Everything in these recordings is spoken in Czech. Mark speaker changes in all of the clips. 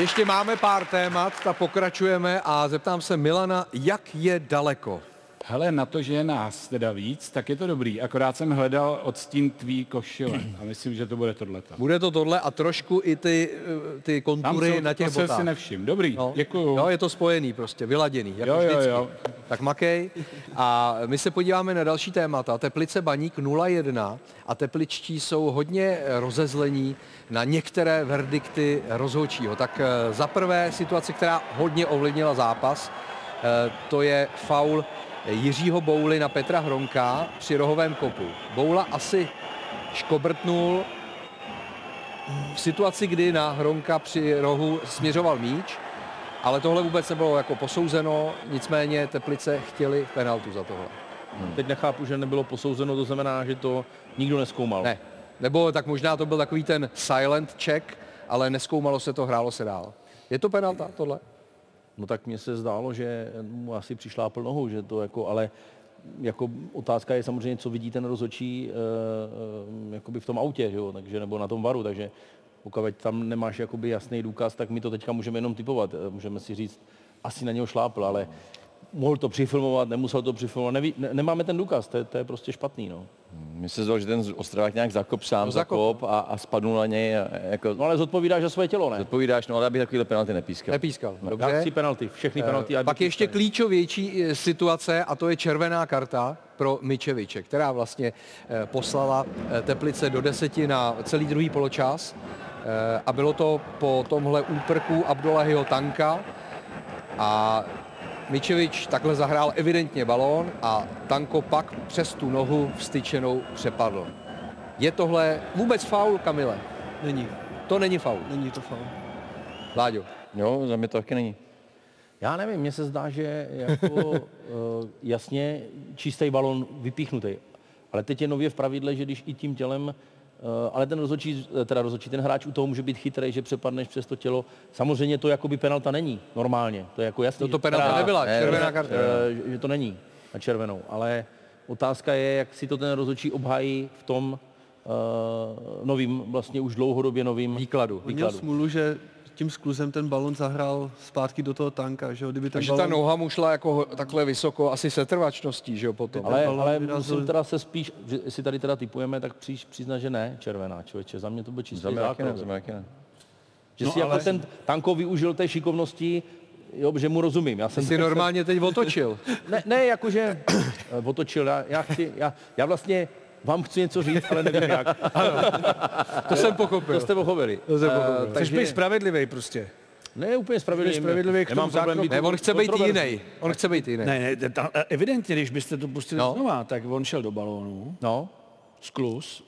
Speaker 1: Ještě máme pár témat, tak pokračujeme a zeptám se Milana, jak je daleko?
Speaker 2: Hele, na to, že je nás teda víc, tak je to dobrý. Akorát jsem hledal odstín tvý košile a myslím, že to bude tohleto.
Speaker 1: Bude to tohle a trošku i ty, eh, ty kontury
Speaker 2: jsou-
Speaker 1: na těch
Speaker 2: to jsem
Speaker 1: botách.
Speaker 2: si nevšiml. Dobrý,
Speaker 1: No.
Speaker 2: děkuju.
Speaker 1: Jo, je to spojený prostě, vyladěný, jako
Speaker 2: Jo, jo,
Speaker 1: vždycky.
Speaker 2: jo.
Speaker 1: Tak makej. A my se podíváme na další témata. Teplice Baník 0-1 a tepličtí jsou hodně eh, rozezlení na některé verdikty rozhodčího. Tak eh, za prvé situace, která hodně ovlivnila zápas, eh, to je faul Jiřího Bouly na Petra Hronka při rohovém kopu. Boula asi škobrtnul v situaci, kdy na Hronka při rohu směřoval míč, ale tohle vůbec nebylo jako posouzeno, nicméně Teplice chtěli penaltu za tohle.
Speaker 3: Teď nechápu, že nebylo posouzeno, to znamená, že to nikdo neskoumal.
Speaker 1: Ne. Nebo tak možná to byl takový ten silent check, ale neskoumalo se to, hrálo se dál. Je to penalta tohle?
Speaker 3: No tak mně se zdálo, že mu asi přišla plnohou, že to jako, ale jako otázka je samozřejmě, co vidí ten rozhodčí eh, jakoby v tom autě, že jo, takže, nebo na tom varu, takže pokud tam nemáš jakoby jasný důkaz, tak my to teďka můžeme jenom typovat. Eh, Můžeme si říct, asi na něho šlápl, ale mohl to přifilmovat, nemusel to přifilmovat, neví, ne, nemáme ten důkaz, to je, to je prostě špatný, no.
Speaker 4: Mně se zdalo, že ten z- Ostravák nějak zakop sám,
Speaker 1: No,
Speaker 4: no,
Speaker 1: zakop.
Speaker 4: zakop a, a spadnul na něj. A, jako,
Speaker 3: No ale zodpovídáš za své tělo, ne? No.
Speaker 4: odpovídáš, no ale abych takovýhle penalty nepískal.
Speaker 1: Nepískal.
Speaker 3: Já
Speaker 1: Dobře.
Speaker 3: chci penalty, všechny penalty. ať
Speaker 1: Eh, Pak
Speaker 3: byly
Speaker 1: ještě
Speaker 3: chystané.
Speaker 1: klíčovější eh, situace a to je červená karta pro Mičeviče, která vlastně eh, poslala eh, Teplice do deseti na celý druhý poločas eh, a bylo to po tomhle úprku Abdullahyho Tanka a Mičevič takhle zahrál evidentně balón a Tanko pak přes tu nohu vstyčenou přepadl. Je tohle vůbec faul, Kamile?
Speaker 5: Není,
Speaker 1: To není faul.
Speaker 5: není to faul.
Speaker 1: Láďo.
Speaker 4: Jo, za mě to taky není.
Speaker 3: Já nevím, mně se zdá, že jako eh, jasně čistý balon vypíchnutý. Ale teď je nově v pravidle, že když i tím tělem, eh, ale ten rozhodčí, eh, teda rozhodčí, ten hráč u toho může být chytrý, že přepadneš přes to tělo. Samozřejmě to jakoby penalta není normálně. To je jako jasný.
Speaker 1: No to
Speaker 3: že-
Speaker 1: penalta
Speaker 3: teda-
Speaker 1: nebyla,
Speaker 3: ne,
Speaker 1: červená
Speaker 3: ne,
Speaker 1: karta.
Speaker 3: eh, že- že to není na červenou, ale otázka je, jak si to ten rozhodčí obhájí v tom eh, novým, vlastně už dlouhodobě novým
Speaker 1: Výkladu.
Speaker 5: On měl
Speaker 3: výkladu.
Speaker 5: smůlu, že tím skluzem ten balon zahrál zpátky do toho tanka, že jo? Kdyby ten
Speaker 1: Takže ta
Speaker 5: balon...
Speaker 1: noha mu šla jako ho- takhle vysoko, asi se trvačností, že jo, potom.
Speaker 3: Ale,
Speaker 5: balón
Speaker 3: ale
Speaker 5: vyrazil-
Speaker 3: musím teda se spíš, že jestli tady teda typujeme, tak příš, přizna, že ne, červená člověče. Za mě to byl čistý
Speaker 4: Za mě taky ne,
Speaker 3: zákrok.
Speaker 4: za mě taky ne.
Speaker 3: Že
Speaker 5: No
Speaker 3: si jako
Speaker 5: ale-
Speaker 3: ten Tanko využil té šikovnosti, jo, že mu rozumím. Já jsem
Speaker 1: Jsi normálně teď otočil.
Speaker 3: Ne, ne jakože eh, otočil, já, já, chci, já, já vlastně vám chci něco říct, ale nevím jak.
Speaker 1: To jsem
Speaker 3: To
Speaker 1: pochopil.
Speaker 3: jste pochopili. To
Speaker 6: Takže
Speaker 3: takže
Speaker 6: být spravedlivý prostě.
Speaker 3: ne úplně spravedlivý.
Speaker 6: Jsi spravedlivý k tomu
Speaker 3: Nemám problém
Speaker 6: zákroku.
Speaker 3: být
Speaker 1: Ne, on chce být
Speaker 3: kontroverzní.
Speaker 1: jiný. On chce být jiný.
Speaker 6: Ne, ne, ta, e, evidentně, když byste to pustili
Speaker 1: No.
Speaker 6: no. znova, tak on šel do balónu,
Speaker 3: No,
Speaker 6: sklus,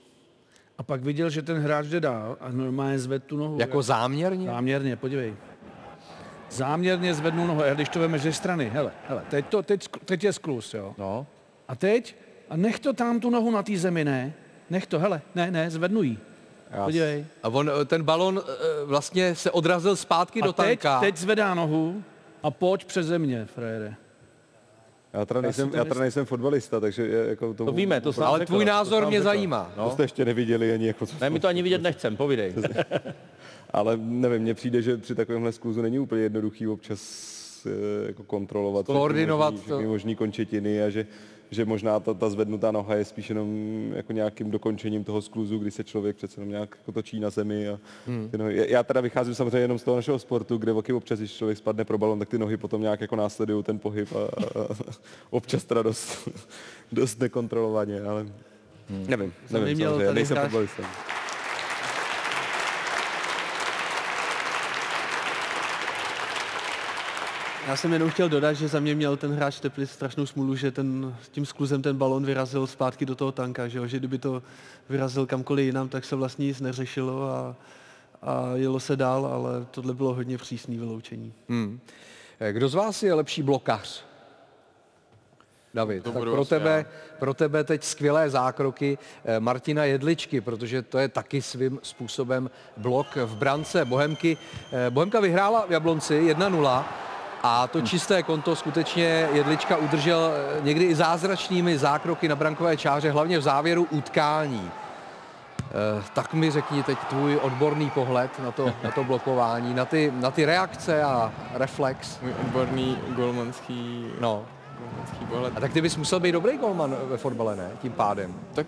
Speaker 6: a pak viděl, že ten hráč jde dál a normálně zved tu nohu.
Speaker 1: Jako záměrně?
Speaker 6: Záměrně, podívej. Záměrně zvednul nohu, a když to vemeš ze strany, hele, hele, teď, to, teď, skl- teď je sklus, jo.
Speaker 3: no.
Speaker 6: A teď, a nech to tam tu nohu na té zemi, ne, nech to, hele, ne, ne, zvednu jí. Podívej.
Speaker 1: A on, eh, ten balon eh, vlastně se odrazil zpátky
Speaker 6: A
Speaker 1: do
Speaker 6: teď,
Speaker 1: tanka.
Speaker 6: teď zvedá nohu a pojď přes země, frajere.
Speaker 7: Já teda nejsem,
Speaker 6: to
Speaker 7: já teda nejsem fotbalista, takže je- jako tomu,
Speaker 3: To víme, to sám
Speaker 1: Ale
Speaker 3: řekl,
Speaker 1: tvůj
Speaker 3: to
Speaker 1: názor
Speaker 3: sám
Speaker 1: mě
Speaker 3: řekl.
Speaker 1: zajímá.
Speaker 7: to No. jste ještě neviděli ani jako co.
Speaker 3: Ne, my to ani vidět nechcem, povídej.
Speaker 7: Ale nevím, mně přijde, že při takovémhle skluzu není úplně jednoduchý občas eh, jako kontrolovat všechny
Speaker 1: Koordinovat
Speaker 7: možný,
Speaker 1: to.
Speaker 7: všechny možný končetiny a že, že možná ta, ta zvednutá noha je spíš jenom jako nějakým dokončením toho skluzu, kdy se člověk přece jenom nějak jako točí na zemi. A
Speaker 3: Hmm.
Speaker 7: ty nohy. Já- Já teda vycházím samozřejmě jenom z toho našeho sportu, kde taky občas, když člověk spadne pro balon, tak ty nohy potom nějak jako následují ten pohyb a, a, a občas teda dost, dost nekontrolovaně, ale
Speaker 8: Hmm.
Speaker 7: nevím, nevím,
Speaker 5: měl
Speaker 7: samozřejmě,
Speaker 5: tady
Speaker 7: nejsem
Speaker 5: hráč-
Speaker 7: fotbalista.
Speaker 5: Já jsem jenom chtěl dodat, že za mě měl ten hráč Teplic strašnou smůlu, že ten, tím skluzem ten balon vyrazil zpátky do toho tanka, že jo? Že kdyby to vyrazil kamkoliv jinam, tak se vlastně nic neřešilo a, a jelo se dál, ale tohle bylo hodně přísný vyloučení.
Speaker 1: Eh, Kdo z vás je lepší blokař? David, tak
Speaker 9: budu
Speaker 1: pro
Speaker 9: asi
Speaker 1: tebe, pro tebe teď skvělé zákroky eh, Martina Jedličky, protože to je taky svým způsobem blok v brance Bohemky. Eh, Bohemka vyhrála v Jablonci 1-0 a
Speaker 9: Hm.
Speaker 1: to čisté konto skutečně Jedlička udržel eh, někdy i zázračnými zákroky na brankové čáře, hlavně v závěru utkání. Eh, Tak mi řekni teď tvůj odborný pohled na to, na to blokování, na ty, na ty reakce a reflex.
Speaker 10: Můj odborný golmanský,
Speaker 1: No.
Speaker 10: golmanský pohled.
Speaker 1: A tak ty bys musel být dobrý golman ve fotbale, ne? Tím pádem.
Speaker 10: Tak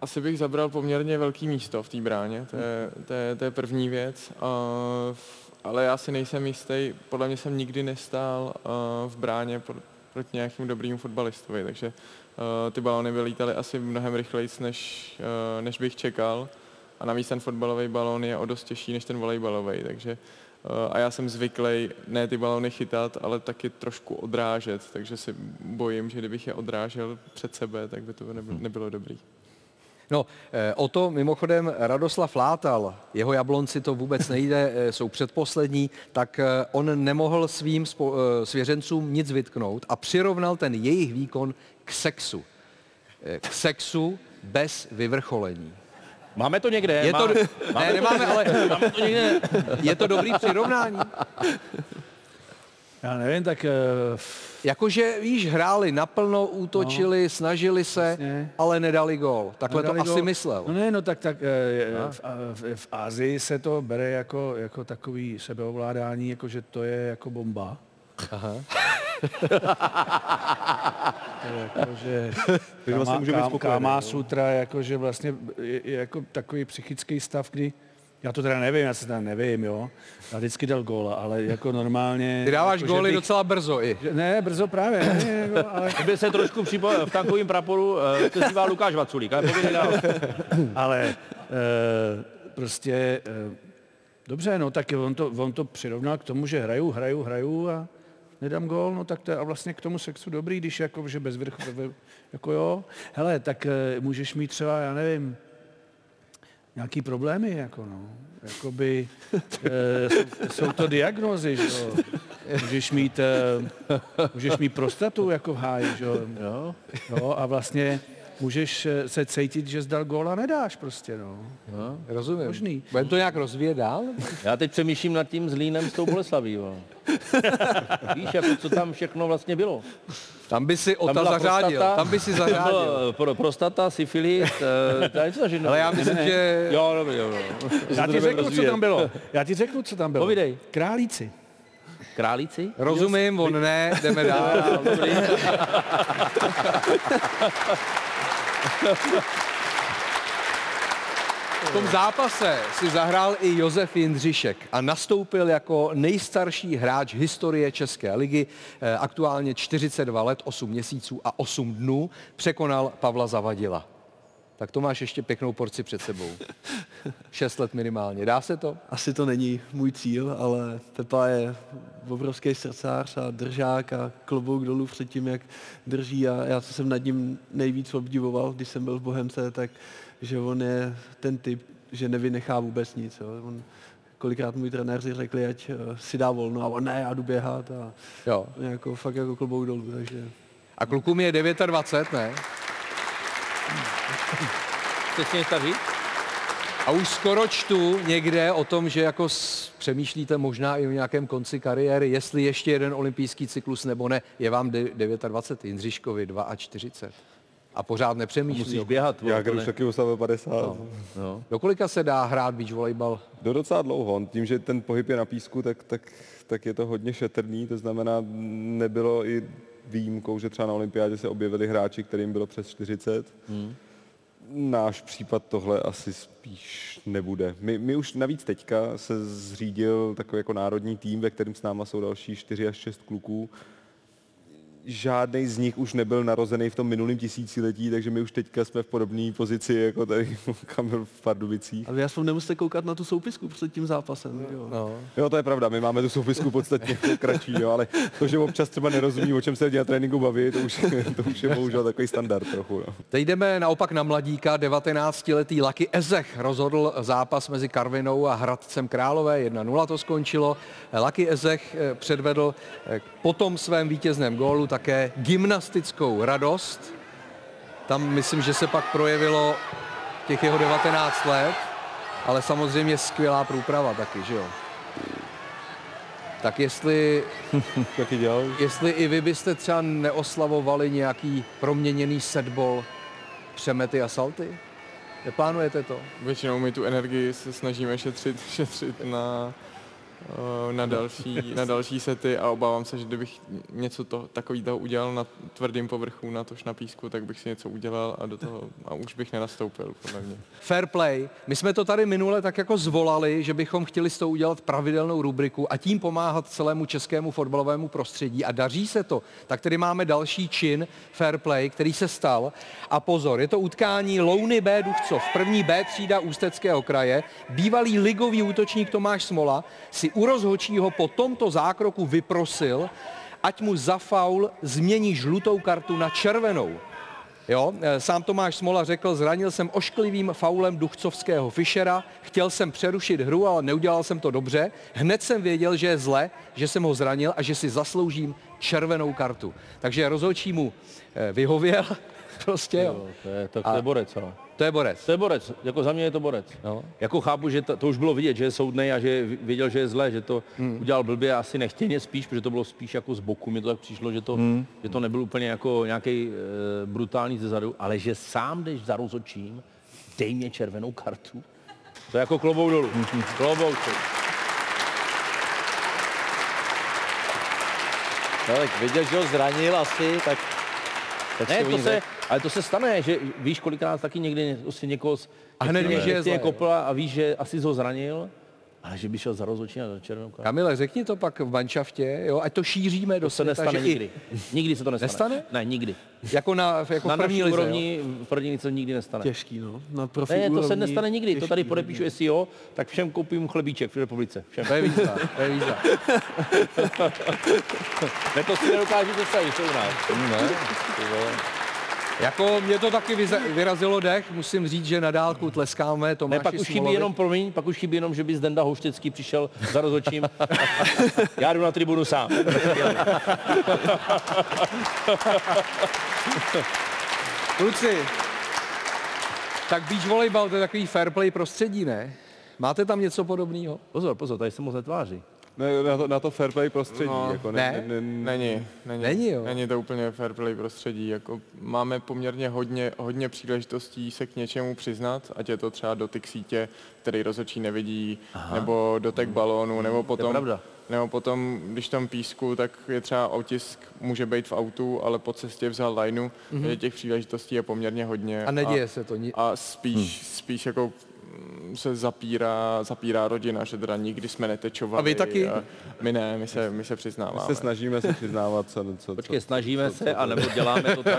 Speaker 10: asi bych zabral poměrně velký místo v té bráně, to je, to, je, to je první věc. A v- ale já si nejsem jistý, podle mě jsem nikdy nestál a, v bráně pro- proti nějakému dobrému fotbalistovi, takže a, ty balony by lítaly asi mnohem rychleji, než, a, než bych čekal. A navíc ten fotbalový balón je o dost těžší než ten volejbalový, takže a já jsem zvyklý ne ty balony chytat, ale taky trošku odrážet, takže si bojím, že kdybych je odrážel před sebe, tak by to nebylo, nebylo dobrý.
Speaker 1: No, eh, o to mimochodem Radoslav Látal, jeho jablonci to vůbec nejde, eh, jsou předposlední, tak eh, on nemohl svým spo- eh, svěřencům nic vytknout a přirovnal ten jejich výkon k sexu. Eh, K sexu bez vyvrcholení.
Speaker 8: Máme to
Speaker 3: Eh,
Speaker 8: někde.
Speaker 1: Je to,
Speaker 8: máme-
Speaker 1: ne, nemáme, ale je to dobrý přirovnání.
Speaker 6: Já nevím, tak eh,
Speaker 1: Jakože, víš, hráli naplno, útočili, snažili se,
Speaker 6: No, Jasně.
Speaker 1: ale nedali gól. Takhle
Speaker 6: Nedali
Speaker 1: to asi
Speaker 6: gól.
Speaker 1: myslel. No.
Speaker 6: No ne, no tak, tak eh, v, a- v, v Ázii se to bere jako, jako takový sebeovládání, jako že to je jako bomba. Aha. jakože
Speaker 7: Takže vlastně můžeme být spokojeni,
Speaker 6: káma
Speaker 1: no.
Speaker 7: jo.
Speaker 6: sutra, jakože vlastně je, je jako takový psychický stav, kdy já to teda nevím, já se teda nevím, jo. Já vždycky dal góla, ale jako normálně...
Speaker 1: Ty dáváš
Speaker 6: jako, že
Speaker 1: góly
Speaker 6: bych-
Speaker 1: docela brzo i.
Speaker 6: že- Ne, brzo právě, ne, jako, ale
Speaker 8: Kdyby se trošku připo- v tankovém praporu eh, se zdívá Lukáš Vaculík, ale povědej dál.
Speaker 6: ale e, prostě e, dobře, no tak on to, on to přirovnal k tomu, že hraju, hraju, hraju a nedám gól, no tak to je a vlastně k tomu sexu dobrý, když jako, že bez vrchu, jako jo, hele, tak e, můžeš mít třeba, já nevím, nějaký problémy, jako no. Jakoby, e, jsou, jsou to diagnózy, že jo. Můžeš mít, e, můžeš mít prostatu jako v háji, že jo. jo. jo. a vlastně můžeš e, se cítit, že zdal góla nedáš prostě, no.
Speaker 1: Rozumím.
Speaker 6: Možný.
Speaker 1: Budeme to nějak rozvíjet dál?
Speaker 8: Já teď přemýšlím nad tím zlínem s tou Boleslaví. Jo. Víš, jako co tam všechno vlastně bylo.
Speaker 1: Tam by si Ota
Speaker 8: byla
Speaker 1: zařádil.
Speaker 8: prostata.
Speaker 1: Tam by si
Speaker 8: Tam
Speaker 1: zařádil.
Speaker 8: bylo eh, pro, prostata, syfilis, eh, to je co všechno.
Speaker 1: Ale já myslím, že...
Speaker 8: Jo, dobrý, dobrý.
Speaker 6: Já ti řeknu, co tam bylo. Já ti řeknu, co tam bylo.
Speaker 8: Povídej.
Speaker 6: Králíci.
Speaker 8: Králíci?
Speaker 1: Rozumím, on ne, jdeme dál.
Speaker 8: Dobrý.
Speaker 1: V tom zápase si zahrál i Josef Jindřišek a nastoupil jako nejstarší hráč historie České ligy, eh, aktuálně 42 let, 8 měsíců a 8 dnů, překonal Pavla Zavadila. Tak to máš ještě pěknou porci před sebou. 6 let minimálně. Dá se to?
Speaker 5: Asi to není můj cíl, ale Pepa je obrovský srdcář a držák a klobouk dolů před tím, jak drží a já, co jsem nad ním nejvíc obdivoval, když jsem byl v Bohemce, tak že on je ten typ, že nevynechá vůbec nic. Jo. On, kolikrát můj trenéři řekli, ať eh, si dá volno a on ne, já jdu běhat a
Speaker 1: Jo.
Speaker 5: jako, fakt jako klobouk dolů, takže
Speaker 1: A klukům je 29, ne?
Speaker 8: Chceš si něco říct?
Speaker 1: A už skoro čtu někde o tom, že jako s, přemýšlíte možná i o nějakém konci kariéry, jestli ještě jeden olympijský cyklus nebo ne. Je vám de- 29, Jindřiškovi 42. A pořád nepřemýšlí.
Speaker 8: Musíš běhat. vole,
Speaker 7: Já
Speaker 8: to
Speaker 7: když
Speaker 8: ne.
Speaker 7: taky oslavil 50.
Speaker 3: No.
Speaker 1: Do kolika se dá hrát beach volejbal?
Speaker 7: Do docela dlouho. On Tím, že ten pohyb je na písku, tak, tak, tak je to hodně šetrný. To znamená, nebylo i výjimkou, že třeba na olympiádě se objevili hráči, kterým bylo přes 40. Hmm. Náš případ tohle asi spíš nebude. My, my už navíc teďka se zřídil takový jako národní tým, ve kterém s náma jsou další 4 až 6 kluků. žádný z nich už nebyl narozený v tom minulém tisíciletí, takže my už teďka jsme v podobné pozici jako tady Kamil v Pardubicích.
Speaker 5: a vy aspoň nemusíte koukat na tu soupisku před tím zápasem. Jo. No.
Speaker 7: Jo, to je pravda, my máme tu soupisku podstatně kratší, jo, ale to, že občas třeba nerozumí, o čem se lidi na tréninku baví, to už, to už je bohužel takový standard trochu. No.
Speaker 1: Teď jdeme naopak na mladíka. 19-letý Laky Ezech rozhodl zápas mezi Karvinou a Hradcem Králové. 1-0 to skončilo. Laky Ezech eh, předvedl eh, po tom svém vítězném gólu také gymnastickou radost. Tam myslím, že se pak projevilo těch jeho 19 let, ale samozřejmě skvělá průprava taky, že jo? Tak jestli
Speaker 7: Taky dělal.
Speaker 1: Jestli i vy byste třeba neoslavovali nějaký proměněný setbol, přemety a salty? Neplánujete to?
Speaker 10: Většinou my tu energii se snažíme šetřit, šetřit na, eh, na, další, na další sety a obávám se, že kdybych něco to, takový toho udělal na tvrdém povrchu, na tož na písku, tak bych si něco udělal a do toho a už bych nenastoupil, podle mě.
Speaker 1: Fair play. My jsme to tady minule tak jako zvolali, že bychom chtěli s tou udělat pravidelnou rubriku a tím pomáhat celému českému fotbalovému prostředí. A daří se to. Tak tady máme další čin fair play, který se stal. A pozor, je to utkání Louny B Duchcov, první B třída Ústeckého kraje. Bývalý ligový útočník Tomáš Smola si u rozhočího po tomto zákroku vyprosil, ať mu za faul změní žlutou kartu na červenou. Jo, eh, sám Tomáš Smola řekl, zranil jsem ošklivým faulem duchcovského Fischera, chtěl jsem přerušit hru, ale neudělal jsem to dobře. Hned jsem věděl, že je zle, že jsem ho zranil a že si zasloužím červenou kartu. Takže rozhodčí mu eh, vyhověl, prostě jo.
Speaker 3: To je, tak to je borec, ano.
Speaker 1: To je Borec.
Speaker 3: To je borec, jako za mě je to borec.
Speaker 1: No.
Speaker 3: Jako chápu, že to, to už bylo vidět, že je soudnej a že vi- věděl, že je zlé, že to hmm. udělal blbě asi nechtěně spíš, protože to bylo spíš jako z boku, mi to tak přišlo, že to, hmm. že to nebyl úplně jako nějaký e, brutální zezadu, ale že sám jdeš za rozočím, dej mě červenou kartu. To je jako klobou dolů. Klobou dolů.
Speaker 11: No, tak viděl, že ho zranil asi, tak... tak
Speaker 3: Ne,
Speaker 11: si o
Speaker 3: to
Speaker 11: ní
Speaker 3: se,
Speaker 11: řek.
Speaker 3: ale to se stane, že víš, kolikrát taky někdy prostě někoho z-
Speaker 1: A hned víš, že je
Speaker 3: prostě
Speaker 1: zlé,
Speaker 3: kopla a víš, že asi jsi ho zranil, ale že by šel za rozhodčí a za červenou kartu.
Speaker 1: Kamile, řekni to pak v manšaftě, jo, ať to šíříme do
Speaker 3: To se
Speaker 1: světa,
Speaker 3: nestane
Speaker 1: že
Speaker 3: nikdy. Nikdy se to nestane.
Speaker 1: Nestane?
Speaker 3: Ne, nikdy.
Speaker 1: I, jako na, jako
Speaker 3: Na
Speaker 1: v první
Speaker 3: první
Speaker 1: lize, jo.
Speaker 3: úrovni, v první lize to nikdy nestane.
Speaker 5: Těžký, no. Na profi
Speaker 3: Ne, to se
Speaker 5: úrovni
Speaker 3: nestane nikdy. To
Speaker 5: těžký no.
Speaker 3: tady
Speaker 5: hodně.
Speaker 3: podepíšu, jestli jo, tak všem koupím chlebíček v republice. Všem.
Speaker 1: To je výzva, to je výzva.
Speaker 3: Ne, to si nedokážu představit, co u nás.
Speaker 1: Jako mě to taky vyza- vyrazilo dech, musím říct, že na dálku tleskáme Tomáši
Speaker 3: Ne, pak už chybí
Speaker 1: Smolovi.
Speaker 3: jenom, promiň, pak už chybí jenom, že by Zdenda Houštecký přišel za rozhodčím. Já jdu na tribunu sám.
Speaker 1: Kluci, tak beach volejbal to je takový fair play prostředí, ne? Máte tam něco podobného?
Speaker 3: Pozor, pozor, tady se moc netváří.
Speaker 7: Ne, na, to, na to fair play prostředí.
Speaker 10: No,
Speaker 7: jako ne,
Speaker 1: ne?
Speaker 7: ne, ne,
Speaker 10: Není, není,
Speaker 1: Není, jo.
Speaker 10: není to úplně fair play prostředí. Jako máme poměrně hodně, hodně příležitostí se k něčemu přiznat, ať je to třeba dotyk sítě, který rozhodčí nevidí, Aha. nebo dotek
Speaker 1: Mm.
Speaker 10: balónu, nebo potom,
Speaker 3: pravda.
Speaker 10: nebo potom, když tam písku, tak je třeba otisk, může být v autu, ale po cestě vzal lineu, mm-hmm. že těch příležitostí je poměrně hodně.
Speaker 1: Mhm. A neděje se Hmm. to. Ni-
Speaker 10: A spíš, spíš jako mm, se zapírá, zapírá rodina, že teda nikdy jsme netečovali.
Speaker 1: A vy taky?
Speaker 10: a My ne, my se, my se přiznáváme.
Speaker 7: se snažíme se přiznávat, co, co, co,
Speaker 3: Počkej, snažíme se, anebo děláme to tak.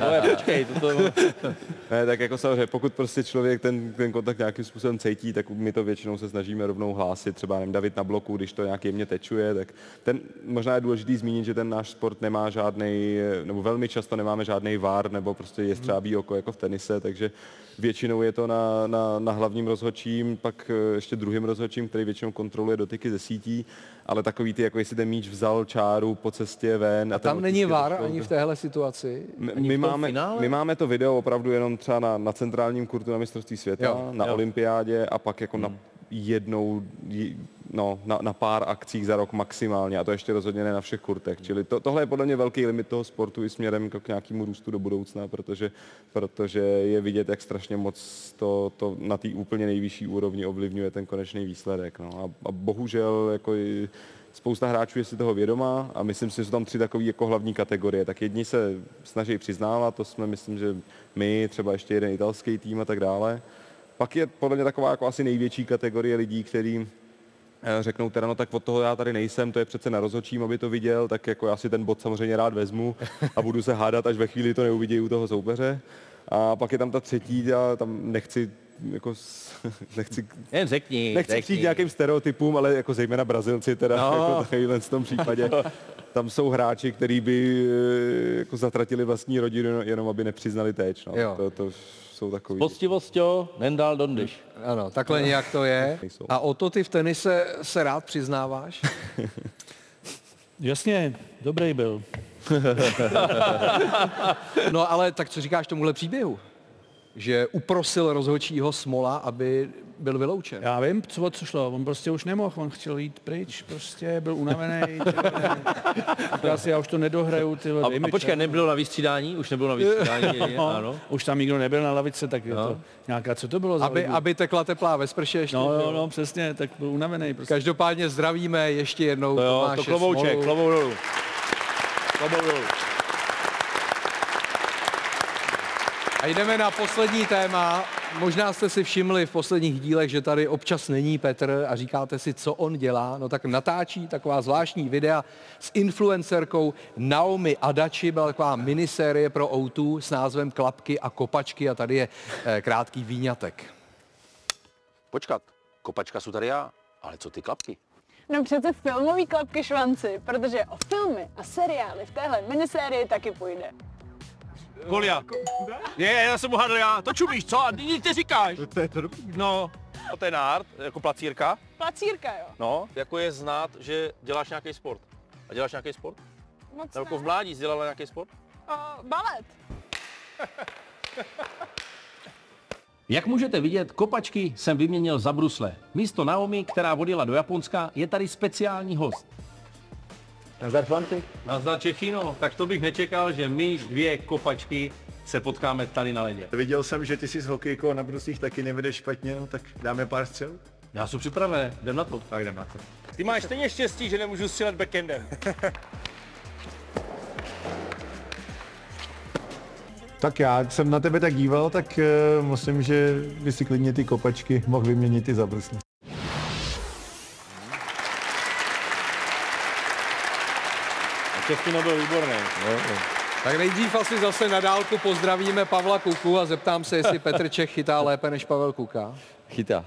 Speaker 3: No, je, počkej, to, to,
Speaker 7: Ne, tak jako samozřejmě, pokud prostě člověk ten, ten kontakt nějakým způsobem cítí, tak my to většinou se snažíme rovnou hlásit, třeba nevím, David na bloku, když to nějak jemně tečuje, tak ten, možná je důležité zmínit, že ten náš sport nemá žádný, nebo velmi často nemáme žádný vár, nebo prostě je střábí oko jako v tenise, takže většinou je to na, na, na hlavním rozhodčím, pak eh, ještě druhým rozhodčím, který většinou kontroluje dotyky ze sítí, ale takový ty, jako jestli ten míč vzal čáru po cestě ven.
Speaker 1: A
Speaker 7: ten
Speaker 1: tam
Speaker 7: otisk
Speaker 1: není
Speaker 7: je
Speaker 1: VAR
Speaker 7: trošku-
Speaker 1: ani v téhle situaci.
Speaker 7: my, my, máme,
Speaker 3: finále?
Speaker 7: my máme to video opravdu jenom třeba na, na centrálním kurtu na mistrovství světa,
Speaker 1: Jo,
Speaker 7: jo, na olympiádě a pak jako hmm. na jednou, j- no, na, na pár akcích za rok maximálně a to ještě rozhodně ne na všech kurtech. Čili to, tohle je podle mě velký limit toho sportu i směrem k k nějakému růstu do budoucna, protože, protože je vidět, jak strašně moc to, to na té úplně nejvyšší úrovni ovlivňuje ten konečný výsledek. No. A, a bohužel jako i spousta hráčů je si toho vědomá a myslím si, že jsou tam tři takové jako hlavní kategorie. Tak jedni se snaží přiznávat, to jsme myslím, že my, třeba ještě jeden italský tým a tak dále. Pak je podle mě taková jako asi největší kategorie lidí, kterým eh, řeknou teda, no tak od toho já tady nejsem, to je přece na rozhodčím, aby to viděl, tak jako já si ten bod samozřejmě rád vezmu a budu se hádat, až ve chvíli to neuvidí u toho soupeře. A pak je tam ta třetí, já tam nechci jako s- nechci
Speaker 3: jen řekni.
Speaker 7: Nechci
Speaker 3: řekni.
Speaker 7: přijít nějakým stereotypům, ale jako zejména Brazilci teda no. jako takovýhle v tom případě. Tam jsou hráči, kteří by eh, jako zatratili vlastní rodinu, jenom aby nepřiznali téč. No.
Speaker 1: Jo.
Speaker 7: To, to jsou takový.
Speaker 3: Poctivost, jo, nendál dondyš.
Speaker 1: Ano, takhle nějak to je.
Speaker 7: Nejsou.
Speaker 1: A o to ty v tenise se rád přiznáváš?
Speaker 6: Jasně, dobrý byl.
Speaker 1: No ale tak co říkáš tomuhle příběhu? Že uprosil rozhodčího Smola, aby byl vyloučen.
Speaker 6: Já vím, co, o co šlo. On prostě už nemohl, on chtěl jít pryč, prostě byl unavený. ty vole. Říkal si, já už to nedohraju, ty vole,
Speaker 3: A,
Speaker 6: dej mi
Speaker 3: a počkej,
Speaker 6: čas.
Speaker 3: nebylo na výstřídání? Už nebylo na výstřídání, je,
Speaker 7: No.
Speaker 3: ano.
Speaker 6: Už tam nikdo nebyl na lavice, tak je to nějaká, co to bylo za
Speaker 1: Aby,
Speaker 6: ligu?
Speaker 1: aby tekla teplá ve sprše ještě.
Speaker 6: No,
Speaker 1: jednou.
Speaker 6: jo, no, přesně, tak byl unavený prostě.
Speaker 1: Každopádně zdravíme ještě jednou
Speaker 3: To jo,
Speaker 1: Tomáše
Speaker 3: to klobouček,
Speaker 1: Smolu.
Speaker 3: klobou dolů. Klobou dolů.
Speaker 1: A jdeme na poslední téma. Možná jste si všimli v posledních dílech, že tady občas není Petr a říkáte si, co on dělá. No tak natáčí taková zvláštní videa s influencerkou Naomi Adachi. Byla taková minisérie pro O2 s názvem Klapky a kopačky a tady je eh, krátký výňatek.
Speaker 12: Počkat, kopačka jsou tady já, ale co ty klapky?
Speaker 13: No přece filmový klapky švanci, protože o filmy a seriály v téhle minisérii taky půjde.
Speaker 3: Kolia. Je, já jsem uhadl já. To čumíš, co? A nic ty říkáš. To je to dobrý. No. A to je nárt, jako placírka.
Speaker 13: Placírka, jo?
Speaker 3: No, jako je znát, že děláš nějaký sport. A děláš nějaký sport?
Speaker 13: Moc
Speaker 3: Nebo jako v
Speaker 13: ne.
Speaker 3: mládí jsi dělala nějaký sport?
Speaker 13: O, balet.
Speaker 14: Jak můžete vidět, kopačky jsem vyměnil za brusle. Místo Naomi, která vodila do Japonska, je tady speciální host.
Speaker 3: Nazdar Čechino, tak to bych nečekal, že my dvě kopačky se potkáme tady na ledě.
Speaker 15: Viděl jsem, že ty jsi s hokejkou a na brusích taky nevedeš špatně, no tak dáme pár střel.
Speaker 3: Já jsem připraven, jdem na to.
Speaker 15: Tak jdem na to.
Speaker 3: Ty máš stejně štěstí, že nemůžu střílet backendem.
Speaker 15: Tak já jsem na tebe tak díval, tak uh, myslím, že by si klidně ty kopačky mohl vyměnit i za brusle.
Speaker 3: Čechino byl výborný.
Speaker 1: Tak nejdřív asi zase na dálku pozdravíme Pavla Kuku a zeptám se, jestli Petr Čech chytá lépe než Pavel Kuka.
Speaker 3: Chytá.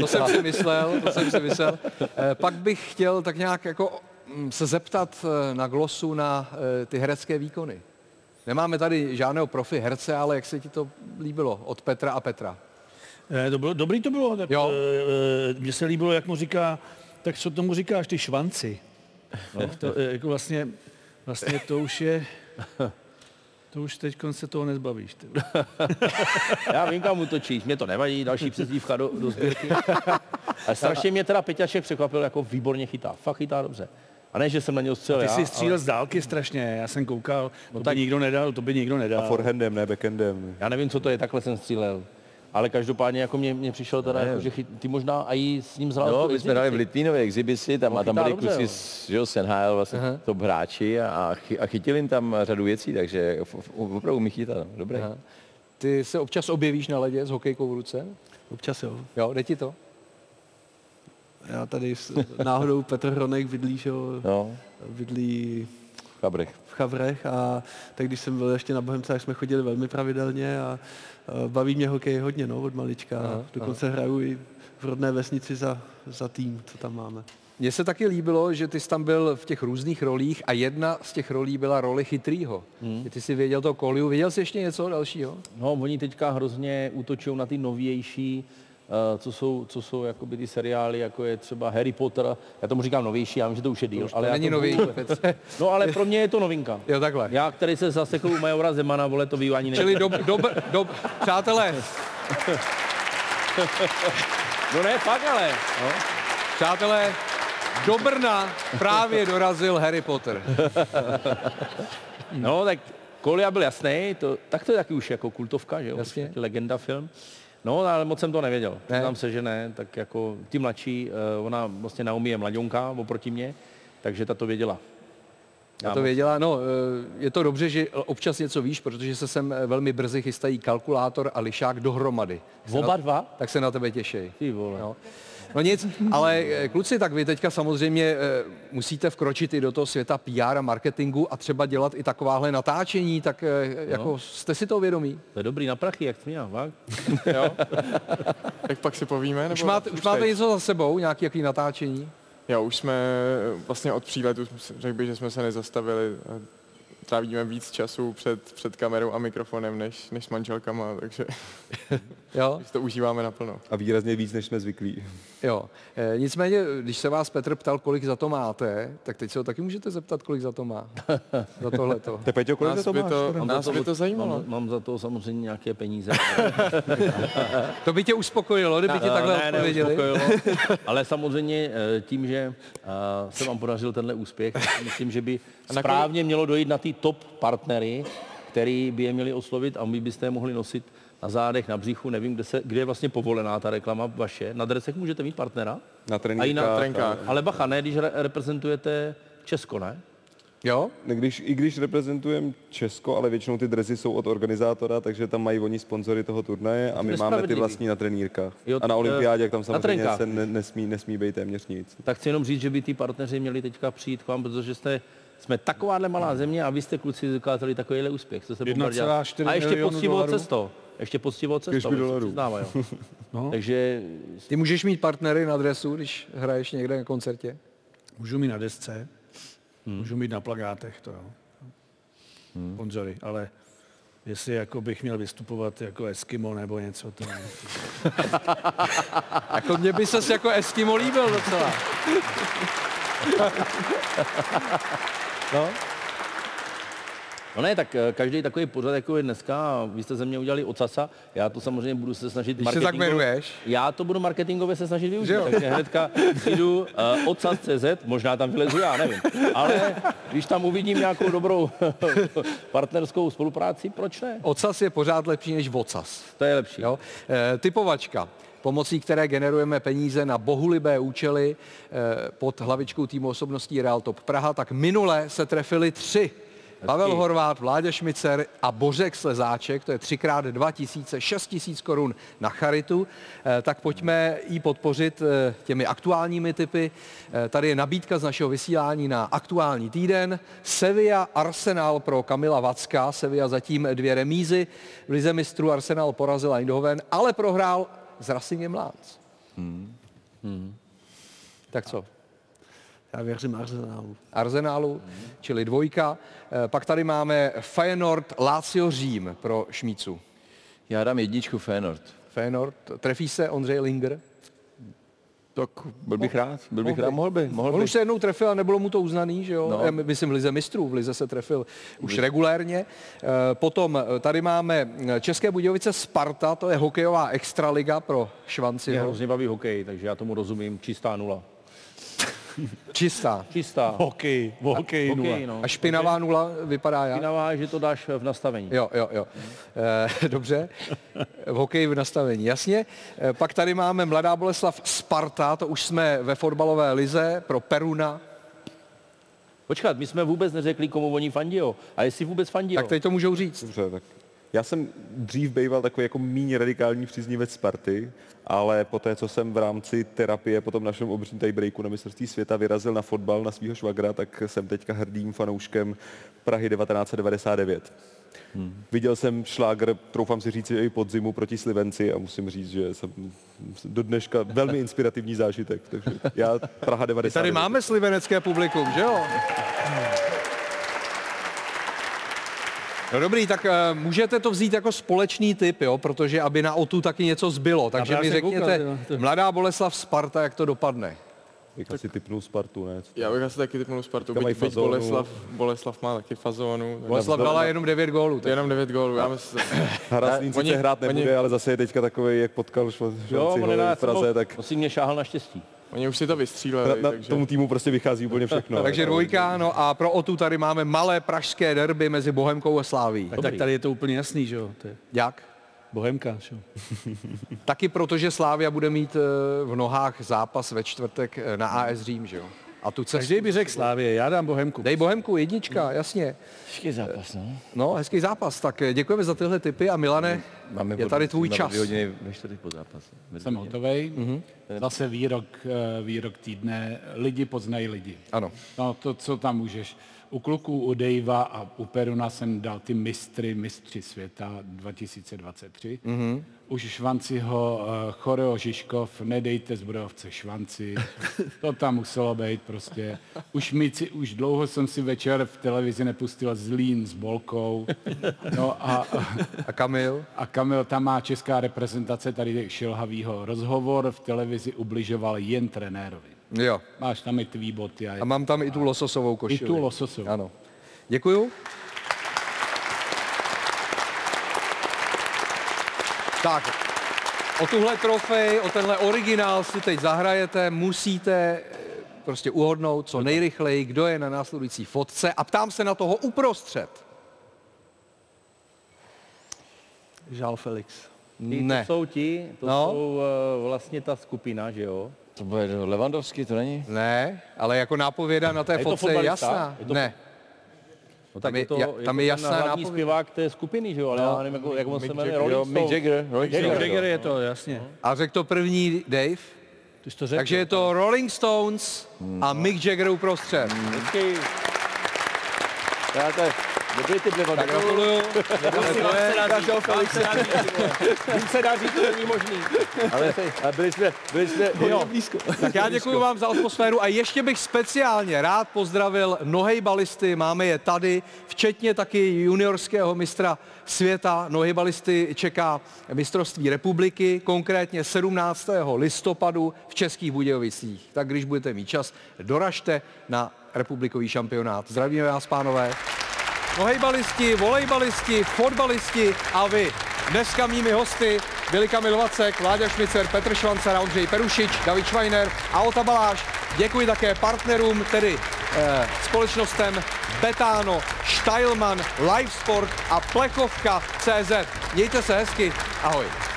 Speaker 1: To jsem si myslel, to jsem si myslel. Eh, Pak bych chtěl tak nějak jako mm, se zeptat eh, na glosu na eh, ty herecké výkony. Nemáme tady žádného profi herce, ale jak se ti to líbilo od Petra a Petra?
Speaker 6: Eh, To bylo, dobrý to bylo. Tak,
Speaker 1: Jo.
Speaker 6: eh, eh, Mně se líbilo, jak mu říká, tak co tomu říkáš, ty švanci. No, to, eh, jako vlastně, vlastně to už je, to už teď se toho nezbavíš. Ty. vole.
Speaker 3: Já vím, kam útočíš, mě to nevadí, další přezdívka do, do sbírky. Ale strašně mě teda Peťašek překvapil, jako výborně chytá, fakt chytá dobře. A ne, že jsem na něho střelil
Speaker 6: Ty
Speaker 3: já,
Speaker 6: jsi střílel z dálky strašně, já jsem koukal, no to tak... by nikdo nedal, to by nikdo nedal.
Speaker 7: A forehandem, ne backendem.
Speaker 3: Já nevím, co to je, takhle jsem střílel. Ale každopádně jako mě, mě přišel teda, jako, že chyt, ty možná a i s ním zhrál.
Speaker 12: No,
Speaker 3: tu
Speaker 12: my jsme dali v
Speaker 3: exhibici.
Speaker 12: Litvínové exibici, tam, a tam
Speaker 3: chytá
Speaker 12: byli
Speaker 3: dobře,
Speaker 12: kluci
Speaker 3: jo.
Speaker 12: z, že jo, z NHL, vlastně top hráči a, chy, a chytili jim tam řadu věcí, takže f- f- opravdu mi chytá, dobré.
Speaker 1: Aha. Ty se občas objevíš na ledě s hokejkou v ruce?
Speaker 5: Občas jo.
Speaker 1: Jo, jde ti to?
Speaker 5: Já tady s, náhodou Petr Hronek bydlí, že jo,
Speaker 12: No,
Speaker 5: bydlí
Speaker 12: Kabrech.
Speaker 5: v Chavrech a tak když jsem byl ještě na Bohemce, tak jsme chodili velmi pravidelně a eh, baví mě hokej hodně, no, od malička. Aha, Dokonce aha. hraju i v rodné vesnici za, za tým, co tam máme.
Speaker 1: Mně se taky líbilo, že ty jsi tam byl v těch různých rolích a jedna z těch rolí byla role chytrýho. Hmm. Ty jsi věděl to koliu, věděl jsi ještě něco dalšího?
Speaker 3: No, oni teďka hrozně útočují na ty novější, eh, co jsou, co jsou jakoby ty seriály, jako je třeba Harry Potter. Já tomu říkám novější, já vím, že to už je díl.
Speaker 1: Ale
Speaker 3: já
Speaker 1: to není
Speaker 3: tomu-
Speaker 1: nový. Petře.
Speaker 3: No ale pro mě je to novinka.
Speaker 1: Jo, takhle.
Speaker 3: Já, který se zasekl u Majora Zemana, vole, to bývání
Speaker 1: Čili dob, dob, dob, přátelé,
Speaker 3: No ne, fakt ale.
Speaker 1: přátelé, do Brna právě dorazil Harry Potter. Hmm.
Speaker 3: No, tak Kolia byl jasný, to, tak to je taky už jako kultovka, že jo?
Speaker 1: Jasně.
Speaker 3: Už taky Legenda film. No, ale moc jsem to nevěděl.
Speaker 1: Ne.
Speaker 3: Tam se, že ne, tak jako ty mladší, eh, ona vlastně Naomi je mladionka oproti mě, takže ta to věděla.
Speaker 1: Já to
Speaker 3: moc-
Speaker 1: věděla, no, eh, je to dobře, že občas něco víš, protože se sem eh, velmi brzy chystají kalkulátor a lišák dohromady. Se
Speaker 3: Oba
Speaker 1: na,
Speaker 3: dva?
Speaker 1: Tak se na tebe těší.
Speaker 3: Ty vole.
Speaker 1: No. No nic, ale eh, kluci, tak vy teďka samozřejmě eh, musíte vkročit i do toho světa PR a marketingu a třeba dělat i takováhle natáčení, tak eh, jako jste si to vědomí?
Speaker 3: To je dobrý na prachy, jak jsi měl, fakt.
Speaker 10: Jo? tak pak si povíme? Nebo
Speaker 1: Už máte, už
Speaker 10: teď?
Speaker 1: máte něco za sebou, nějaké jaký natáčení?
Speaker 10: Jo, už jsme eh, vlastně od příletu, jsme si- řekl bych, že jsme se nezastavili. eh, trávíme víc času před, před kamerou a mikrofonem než, než s manželkama, takže
Speaker 1: jo?
Speaker 10: to užíváme naplno.
Speaker 7: A výrazně víc, než jsme zvyklí.
Speaker 1: Jo. E, nicméně, když se vás Petr ptal, kolik za to máte, tak teď se ho taky můžete zeptat, kolik za to má. za tohleto.
Speaker 7: Te, Peťo, kolik
Speaker 1: Nás
Speaker 7: za to
Speaker 1: by
Speaker 7: máš?
Speaker 1: to-
Speaker 7: teda?
Speaker 1: nás by to zajímalo.
Speaker 3: Mám, mám za to samozřejmě nějaké peníze. Eh,
Speaker 1: to by tě uspokojilo, kdyby ti takhle
Speaker 3: ne,
Speaker 1: odpověděli.
Speaker 3: neuspokojilo, ale samozřejmě eh, tím, že eh, se vám podařil tenhle úspěch, tak myslím, že by
Speaker 10: kolik-
Speaker 3: správně mělo dojít na ty top partnery, který by je měli oslovit a my byste je mohli nosit na zádech, na břichu, nevím, kde, se, kde je vlastně povolená ta reklama vaše. Na dresech můžete mít partnera?
Speaker 7: Na
Speaker 3: A i na
Speaker 7: trenkách.
Speaker 3: Ale bacha, ne, když re- reprezentujete Česko, ne?
Speaker 1: Jo?
Speaker 7: Když, I když reprezentujeme Česko, ale většinou ty drezy jsou od organizátora, takže tam mají oni sponzory toho turnaje a my máme ty
Speaker 3: nespravedlivý.
Speaker 7: vlastní na trenýrkách.
Speaker 3: Jo,
Speaker 7: a na
Speaker 3: eh,
Speaker 7: olympiádě, jak tam
Speaker 3: na
Speaker 7: samozřejmě
Speaker 3: trenkách.
Speaker 7: se ne, nesmí, nesmí být téměř nic.
Speaker 3: Tak chci jenom říct, že by ty partneři měli teďka přijít k vám, protože jste, jsme takováhle malá země a vy jste kluci dokázali takovýhle úspěch. Co se
Speaker 6: 1,4
Speaker 3: Bombardě- a ještě
Speaker 6: milionu
Speaker 3: poctivou
Speaker 6: dolarů.
Speaker 3: cestou. Ještě poctivou cestou.
Speaker 7: 5 dolarů.
Speaker 3: Přiznává, jo.
Speaker 6: No.
Speaker 3: Takže
Speaker 1: Ty můžeš mít partnery na dresu, když hraješ někde na koncertě?
Speaker 6: Můžu mít na desce, hmm. můžu mít na plagátech, to jo. Hmm. Sponzory, ale jestli jako bych měl vystupovat jako Eskimo nebo něco, to ne.
Speaker 1: Jako mě by ses jako Eskimo líbil docela.
Speaker 3: No. No ne, tak eh, každý takový pořad, jako je dneska, vy jste ze mě udělali ocasa, já to samozřejmě budu se snažit
Speaker 1: Když se tak jmenuješ.
Speaker 3: Já to budu marketingově se snažit využít,
Speaker 1: Že jo?
Speaker 3: takže hnedka přijdu uh, ocas.cz, možná tam vylezu já, nevím. Ale když tam uvidím nějakou dobrou partnerskou spolupráci, proč ne?
Speaker 1: Ocas je pořád lepší než vocas.
Speaker 3: To je lepší.
Speaker 1: Jo? E, typovačka, pomocí které generujeme peníze na bohulibé účely e, pod hlavičkou týmu osobností Real Top Praha, tak minule se trefili tři. Pavel Horvát, Vláďa Šmicer a Bořek Slezáček, to je třikrát dva tisíce, šest tisíc korun na charitu, E, tak pojďme ji podpořit e, těmi aktuálními typy. E, Tady je nabídka z našeho vysílání na aktuální týden. Sevilla Arsenal pro Kamila Vacka. Sevilla zatím dvě remízy. V lize mistrů Arsenal porazil Eindhoven, ale prohrál s Racingem Lánc.
Speaker 5: Hmm.
Speaker 1: Tak co?
Speaker 5: Já věřím Arsenálu.
Speaker 1: Arsenálu, čili dvojka. E, Pak tady máme Feyenoord Lazio Řím pro Šmícu.
Speaker 12: Já dám jedničku Fénord.
Speaker 1: Feyenoord, trefí se Ondřej Linger?
Speaker 12: Tak byl bych
Speaker 3: No.
Speaker 12: rád, byl bych rád, mohl by, mohl
Speaker 1: On
Speaker 12: by.
Speaker 1: už se jednou trefil a nebylo mu to uznaný, že jo?
Speaker 12: No.
Speaker 1: No. Myslím v Lize mistrů, v Lize se trefil už regulérně. Eh, Potom eh, tady máme eh, České Budějovice Sparta, to je hokejová extraliga pro
Speaker 3: Mě
Speaker 1: Švanciho.
Speaker 3: hrozně baví hokej, takže já tomu rozumím. Čistá nula.
Speaker 1: Čistá.
Speaker 3: Čistá.
Speaker 6: Hokej, hokej,
Speaker 3: Hokej,
Speaker 12: No,
Speaker 1: A špinavá nula vypadá jak?
Speaker 3: Špinavá, že to dáš v nastavení.
Speaker 1: Jo, jo, jo. Eh, Dobře. V hokeji v nastavení, jasně. Eh, Pak tady máme Mladá Boleslav Sparta, to už jsme ve fotbalové lize pro Peruna.
Speaker 3: Počkat, my jsme vůbec neřekli, komu oni fandího. A jestli vůbec fandího.
Speaker 1: Tak teď to můžou říct.
Speaker 7: Dobře, tak. Já jsem dřív býval takový jako míň radikální příznivec Sparty, ale po té, co jsem v rámci terapie po tom našem obřím tiebreaku na mistrovství světa vyrazil na fotbal na svého švagra, tak jsem teďka hrdým fanouškem Prahy 1999. Hmm. Viděl jsem šlágr, troufám si říct, i podzimu proti Slivenci a musím říct, že jsem do dneška velmi inspirativní zážitek. Takže já Praha 99.
Speaker 1: Tady máme slivenecké publikum, že jo? No dobrý, tak eh, můžete to vzít jako společný typ, jo, protože aby na otu taky něco zbylo. Takže
Speaker 6: právě
Speaker 1: mi
Speaker 6: jsem koukal,
Speaker 1: řekněte,
Speaker 6: jo, to-
Speaker 1: mladá Boleslav Sparta, jak to dopadne.
Speaker 7: Jak asi typnul Spartu, ne?
Speaker 10: Já bych asi taky typnul Spartu,
Speaker 7: Tam mají
Speaker 10: byť, byť
Speaker 7: fazónu.
Speaker 10: Boleslav, Boleslav má taky fazónu. tak-
Speaker 1: Boleslav dala jenom 9 gólů. Tak.
Speaker 10: Jenom 9 gólů. Já myslím,
Speaker 7: Hraslín
Speaker 10: Oni-
Speaker 7: sice hrát nebude,
Speaker 10: oni-
Speaker 7: ale zase je teďka takový, jak potkal Šva-
Speaker 3: jo, on no.
Speaker 7: Švanciho
Speaker 3: nedá
Speaker 7: v Praze,
Speaker 3: sebou-
Speaker 7: tak
Speaker 3: On si mě šáhal na štěstí.
Speaker 10: oni už si to
Speaker 7: na,
Speaker 10: vystříleli,
Speaker 7: na,
Speaker 10: takže...
Speaker 7: tomu týmu prostě vychází úplně všechno.
Speaker 1: Takže
Speaker 7: Jako-
Speaker 1: dvojka, no a pro Otu tady máme malé pražské derby mezi Bohemkou a Sláví.
Speaker 6: Tak, tak tady je to úplně jasný, že jo, to je
Speaker 1: Jak?
Speaker 6: bohemka, že jo.
Speaker 1: Taky protože Slávia bude mít eh, v nohách zápas ve čtvrtek eh, na AS Řím, že jo? A tu cestu.
Speaker 6: Každý by řekl Slávě, já dám bohemku.
Speaker 1: Dej Bohemku, jednička, jasně.
Speaker 12: Hezký zápas, no.
Speaker 1: No, hezký zápas. Tak eh, děkujeme za tyhle tipy a Milane,
Speaker 12: Mm, Máme
Speaker 1: je tady tvůj
Speaker 12: máme
Speaker 1: čas.
Speaker 12: Dvě hodiny ve čtvrtek po zápase. Bez
Speaker 2: Jsem
Speaker 12: hodin.
Speaker 2: hotovej.
Speaker 1: Mhm.
Speaker 2: Zase výrok, eh, výrok týdne. Lidi poznají lidi.
Speaker 1: Ano.
Speaker 2: No to, co tam můžeš U kluků u Davea a u Peruna jsem dal ty mistry, mistři světa 2023.
Speaker 1: Mhm.
Speaker 2: U Švanciho uh, Choreo Žižkov, nedejte zbrojovce Švanci, to tam muselo být prostě. Už, mi, už dlouho jsem si večer v televizi nepustil Zlín s Bolkou. No a,
Speaker 1: a Kamil?
Speaker 2: A Kamil, tam má česká reprezentace tady šilhavýho rozhovor, v televizi ubližoval jen trenérovi.
Speaker 1: Jo.
Speaker 2: Máš tam i tvý boty. A, je-
Speaker 1: A mám tam i tu lososovou košili.
Speaker 2: I tu lososovou.
Speaker 1: Ano. Děkuju. Tak, o tuhle trofej, o tenhle originál si teď zahrajete, musíte eh, prostě uhodnout co nejrychleji, kdo je na následující fotce a ptám se na toho uprostřed.
Speaker 5: Žál Felix.
Speaker 3: Ty,
Speaker 1: Ne.
Speaker 3: To jsou ti, to
Speaker 1: No.
Speaker 3: no. jsou uh, vlastně ta skupina, že jo?
Speaker 1: To bude Levandovský, to není? Ne, ale jako nápověda na té
Speaker 3: Je to
Speaker 1: fotce je
Speaker 3: fotbalista?
Speaker 1: jasná.
Speaker 3: Je to
Speaker 1: Ne.
Speaker 3: No
Speaker 1: Tam je-
Speaker 3: to,
Speaker 1: ja- tam je
Speaker 3: to
Speaker 1: jasná
Speaker 3: ten hlavní
Speaker 1: nápověda.
Speaker 3: zpěvák té skupiny, že jo? Ale
Speaker 1: No.
Speaker 3: já nevím, jak, jak on
Speaker 1: Mick
Speaker 3: se jmenuje.
Speaker 1: Jagger.
Speaker 3: Rolling
Speaker 1: Jo, Mick
Speaker 3: Stone.
Speaker 1: Jagger, Rolling
Speaker 3: Jagger,
Speaker 1: Stone.
Speaker 3: jo.
Speaker 1: Jagger
Speaker 6: je to, jasně.
Speaker 1: A řekl to první Dave.
Speaker 6: Ty jsi to
Speaker 1: Takže je to Rolling Stones a Mick Jagger uprostřed.
Speaker 3: Hmm. Já to Dobrý ty dva.
Speaker 1: Tak gratuluju.
Speaker 3: Vám se daří, vám se daří, ty vole. Jim se daří, to není možný.
Speaker 1: Ale-
Speaker 3: a byli jsme, byli jsme,
Speaker 1: Jo. Tak já děkuji vám za atmosféru a ještě bych speciálně rád pozdravil nohejbalisty, máme je tady, včetně taky juniorského mistra světa. Nohejbalisty čeká mistrovství republiky, konkrétně 17. listopadu v Českých Budějovicích. Tak když budete mít čas, doražte na republikový šampionát. Zdravíme vás, pánové. Nohejbalisti, volejbalisti, fotbalisti a vy. Dneska mými hosty byli Kamil Vacek, Láďa Šmicer, Petr Švancer, Ondřej Perušič, David Švajner a Ota Baláš. Děkuji také partnerům, tedy eh, společnostem Betano, Steilman, Livesport a Plechovka CZ. Mějte se hezky, ahoj.